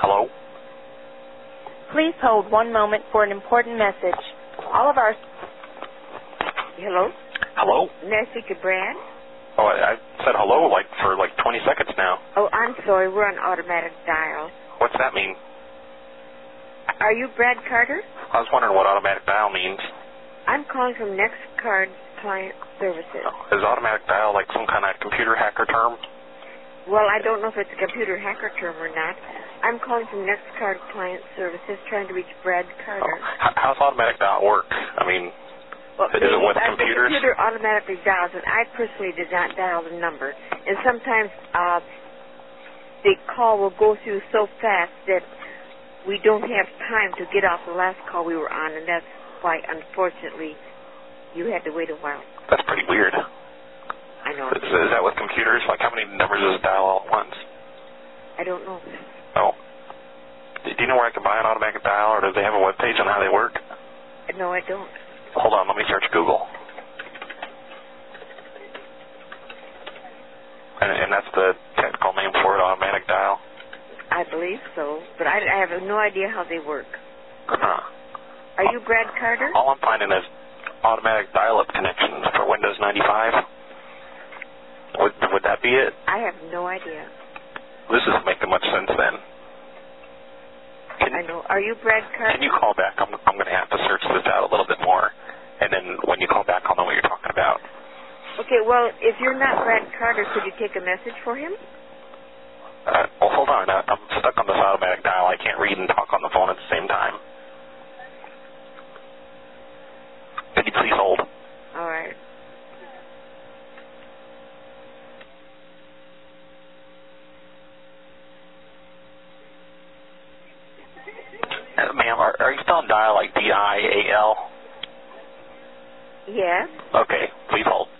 Hello? Please hold one moment for an important message. All of our... Hello? Hello? Nancy to Brand? Oh, I, I said hello like for like 20 seconds now. Oh, I'm sorry. We're on automatic dial. What's that mean? Are you Brad Carter? I was wondering what automatic dial means. I'm calling from Next Card Client Services. Is automatic dial like some kind of computer hacker term? Well, I don't know if it's a computer hacker term or not. I'm calling from Next Card Client Services trying to reach Brad Oh, Carter. h- how's automatic dial work? I mean, Well, Is it with I- computers? The computer automatically dials, and I personally did not dial the number. And sometimes uh, the call will go through so fast that we don't have time to get off the last call we were on, and that's why, unfortunately, you had to wait a while. that's pretty weird. Is, I know. is that with computers? Like how many numbers does it dial all at once? I don't know. Oh. Do do you know where I can buy an automatic dial, or do they have a web page on how they work? No, I don't. Hold on, let me search Google. And, and that's the technical name for it, automatic dial. I believe so, but I, I have no idea how they work. Huh. Are you Brad Carter? All I'm finding is automatic dial-up connections for Windows 95. Would, would that be it? I have no idea. This isn't making much sense then. Can, I know. Are you Brad can Carter? you call back? I'm, I'm going to have to search this out a little bit more. And then when you call back, I'll know what you're talking about. Okay, well, if you're not Brad Carter, could you take a message for him? Uh, well, hold on. I, I'm stuck on this automatic dial. I can't read and talk on the phone at the same time. Could you please hold? All right. Uh, ma'am, are, are you spelling dial like D-I-A-L? Yes. Okay, please hold.